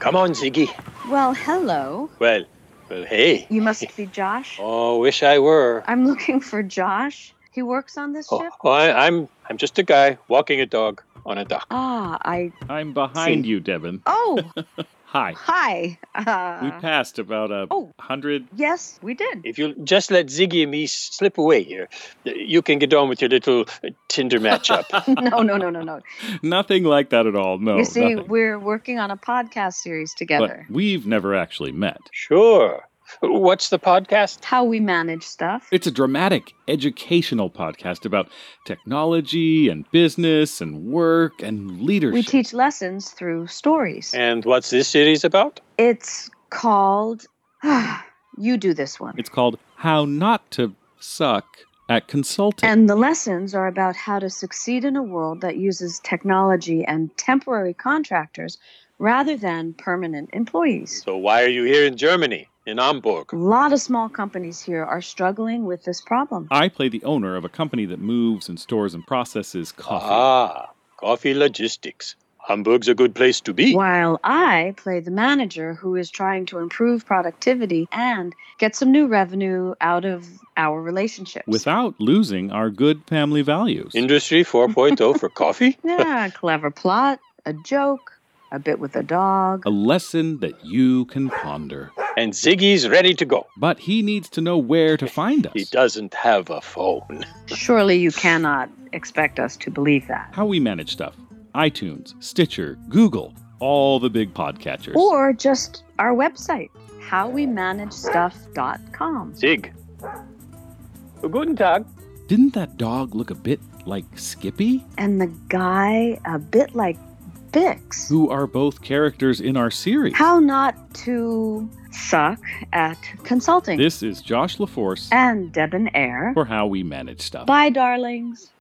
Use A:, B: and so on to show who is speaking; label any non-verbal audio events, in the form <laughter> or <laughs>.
A: Come on, Ziggy.
B: Well, hello.
A: Well, well, hey.
B: You must be Josh.
A: Oh, wish I were.
B: I'm looking for Josh. He works on this
A: Oh,
B: ship?
A: oh, I, I'm I'm just a guy walking a dog on a dock.
B: Ah, I.
C: I'm behind you, Devin. <laughs>
B: Oh,
C: Hi.
B: hi.
C: We
B: Uh,
C: passed about a
B: Oh.
C: hundred.
B: yes, we did.
A: If you just let Ziggy and me slip away here, you can get on with your little uh, Tinder matchup.
B: <laughs> No, no, no, no, no.
C: Nothing like that at all. No.
B: you see,
C: Oh, nothing.
B: we're working on a podcast series
C: but
B: together.
C: we've never actually met.
A: sure. What's the podcast?
B: How we manage stuff.
C: It's a dramatic, educational podcast about technology and business and work and leadership.
B: We teach lessons through stories.
A: And what's this series about?
B: It's called. <sighs> you do this one.
C: it's called How Not to Suck at Consulting.
B: And the lessons are about how to succeed in a world that uses technology and temporary contractors rather than permanent employees.
A: So why are you here in Germany, in Hamburg?
B: A lot of small companies here are struggling with this problem.
C: I play the owner of a company that moves and stores and processes coffee.
A: Ah, coffee logistics. Hamburg's a good place to be.
B: While I play the manager who is trying to improve productivity and get some new revenue out of our relationships.
C: without losing our good family values.
A: Industry 4.0 for coffee?
B: <laughs> yeah, a clever plot, a joke, a bit with a dog.
C: a lesson that you can ponder.
A: And Ziggy's ready to go.
C: But he needs to know where to find
A: He
C: us.
A: doesn't have a phone.
B: Surely you cannot expect us to believe that.
C: How we manage stuff iTunes, Stitcher, Google, all the big podcatchers.
B: or just our website howwemanagestuff.com
A: Zig. Guten Tag.
C: Didn't that dog look a bit like Skippy,
B: and the guy a bit like bix
C: who are both characters in our series?
B: how not to suck at consulting
C: This is Josh LaForce
B: and debonair
C: for How We Manage Stuff.
B: bye darlings